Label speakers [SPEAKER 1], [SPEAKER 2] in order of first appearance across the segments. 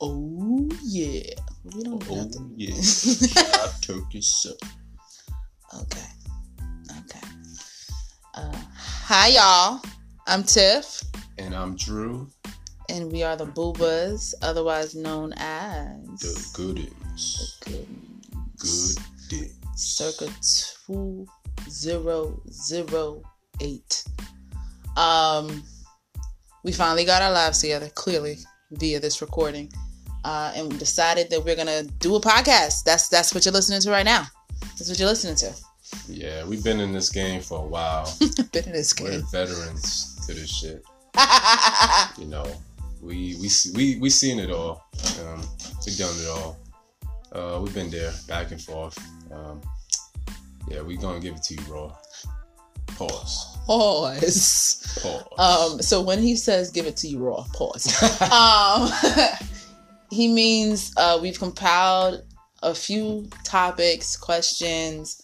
[SPEAKER 1] Oh yeah. We don't
[SPEAKER 2] Oh
[SPEAKER 1] have to.
[SPEAKER 2] yeah, I took it so.
[SPEAKER 1] Okay. Okay. Uh, hi y'all. I'm Tiff,
[SPEAKER 2] And I'm Drew,
[SPEAKER 1] and we are the Boobas, otherwise known
[SPEAKER 2] the
[SPEAKER 1] as
[SPEAKER 2] Goodens.
[SPEAKER 1] Good
[SPEAKER 2] Goodens.
[SPEAKER 1] Circa two zero zero eight. Um, we finally got our lives together, clearly via this recording, uh, and we decided that we're gonna do a podcast. That's that's what you're listening to right now. That's what you're listening to.
[SPEAKER 2] Yeah, we've been in this game for a while.
[SPEAKER 1] Been in this
[SPEAKER 2] We're
[SPEAKER 1] game.
[SPEAKER 2] veterans to this shit. You know, we we see- we we seen it all. Um, we done it all. Uh, we've been there, back and forth. Um, yeah, we gonna give it to you raw. Pause.
[SPEAKER 1] Pause.
[SPEAKER 2] Pause.
[SPEAKER 1] Um, so when he says give it to you raw, pause. um, he means uh, we've compiled a few topics, questions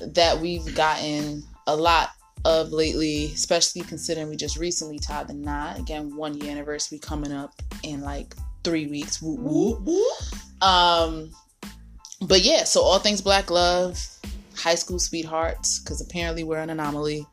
[SPEAKER 1] that we've gotten a lot of lately, especially considering we just recently tied the knot. Again, one year anniversary coming up in like three weeks. Whoop, whoop. Um, but yeah, so all things black love, high school sweethearts, because apparently we're an anomaly.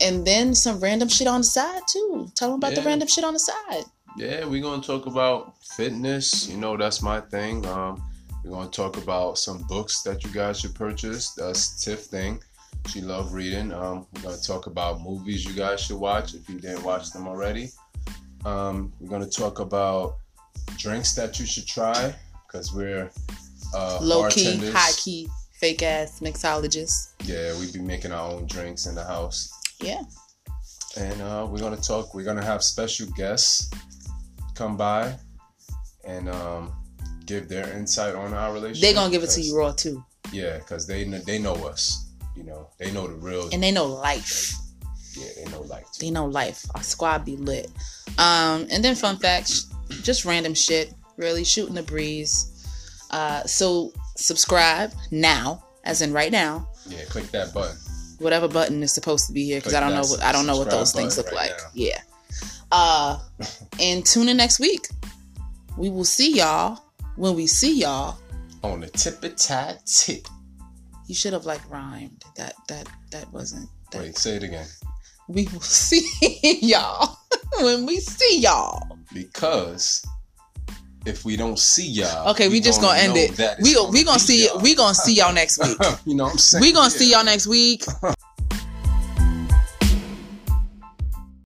[SPEAKER 1] And then some random shit on the side too. Tell them about the
[SPEAKER 2] Yeah.
[SPEAKER 1] random shit on the side.
[SPEAKER 2] Yeah, we're gonna talk about fitness. You know, that's my thing. Um, we're gonna talk about some books that you guys should purchase. That's Tiff thing. She loved reading. Um, we're gonna talk about movies you guys should watch if you didn't watch them already. Um, we're gonna talk about drinks that you should try because we're uh,
[SPEAKER 1] Low key,
[SPEAKER 2] bartenders.
[SPEAKER 1] high key, fake ass mixologist.
[SPEAKER 2] Yeah, we be making our own drinks in the house.
[SPEAKER 1] Yeah.
[SPEAKER 2] And uh, we're gonna talk. We're gonna have special guests come by and um, give their insight on our relationship.
[SPEAKER 1] They gonna give it to
[SPEAKER 2] 'cause-
[SPEAKER 1] you raw too,
[SPEAKER 2] Yeah, because they kn- they know us. You know, they know the real.
[SPEAKER 1] and they know life.
[SPEAKER 2] yeah, they know like.
[SPEAKER 1] They know life. Our squad be lit. Um, and then fun facts, just random shit, really shooting the breeze. Uh, so subscribe now, as in right now.
[SPEAKER 2] Yeah, click that button.
[SPEAKER 1] whatever button is supposed to be here because I
[SPEAKER 2] Click
[SPEAKER 1] don't know
[SPEAKER 2] that
[SPEAKER 1] what I don't know what those
[SPEAKER 2] subscribe
[SPEAKER 1] things look
[SPEAKER 2] button
[SPEAKER 1] like.
[SPEAKER 2] right now.
[SPEAKER 1] Yeah. Uh and tune in next week. We will see y'all. When we see y'all,
[SPEAKER 2] On the tippy tat tip.
[SPEAKER 1] you should have like rhymed. That that that wasn't that
[SPEAKER 2] Wait, say it again.
[SPEAKER 1] we will see y'all. when we see y'all.
[SPEAKER 2] Because if we don't see y'all,
[SPEAKER 1] Okay, we, just gonna, end
[SPEAKER 2] know
[SPEAKER 1] it.
[SPEAKER 2] that it's
[SPEAKER 1] We we gonna
[SPEAKER 2] be
[SPEAKER 1] see
[SPEAKER 2] y'all.
[SPEAKER 1] we gonna see y'all next week.
[SPEAKER 2] you know what I'm saying?
[SPEAKER 1] we gonna see
[SPEAKER 2] Yeah.
[SPEAKER 1] y'all next week.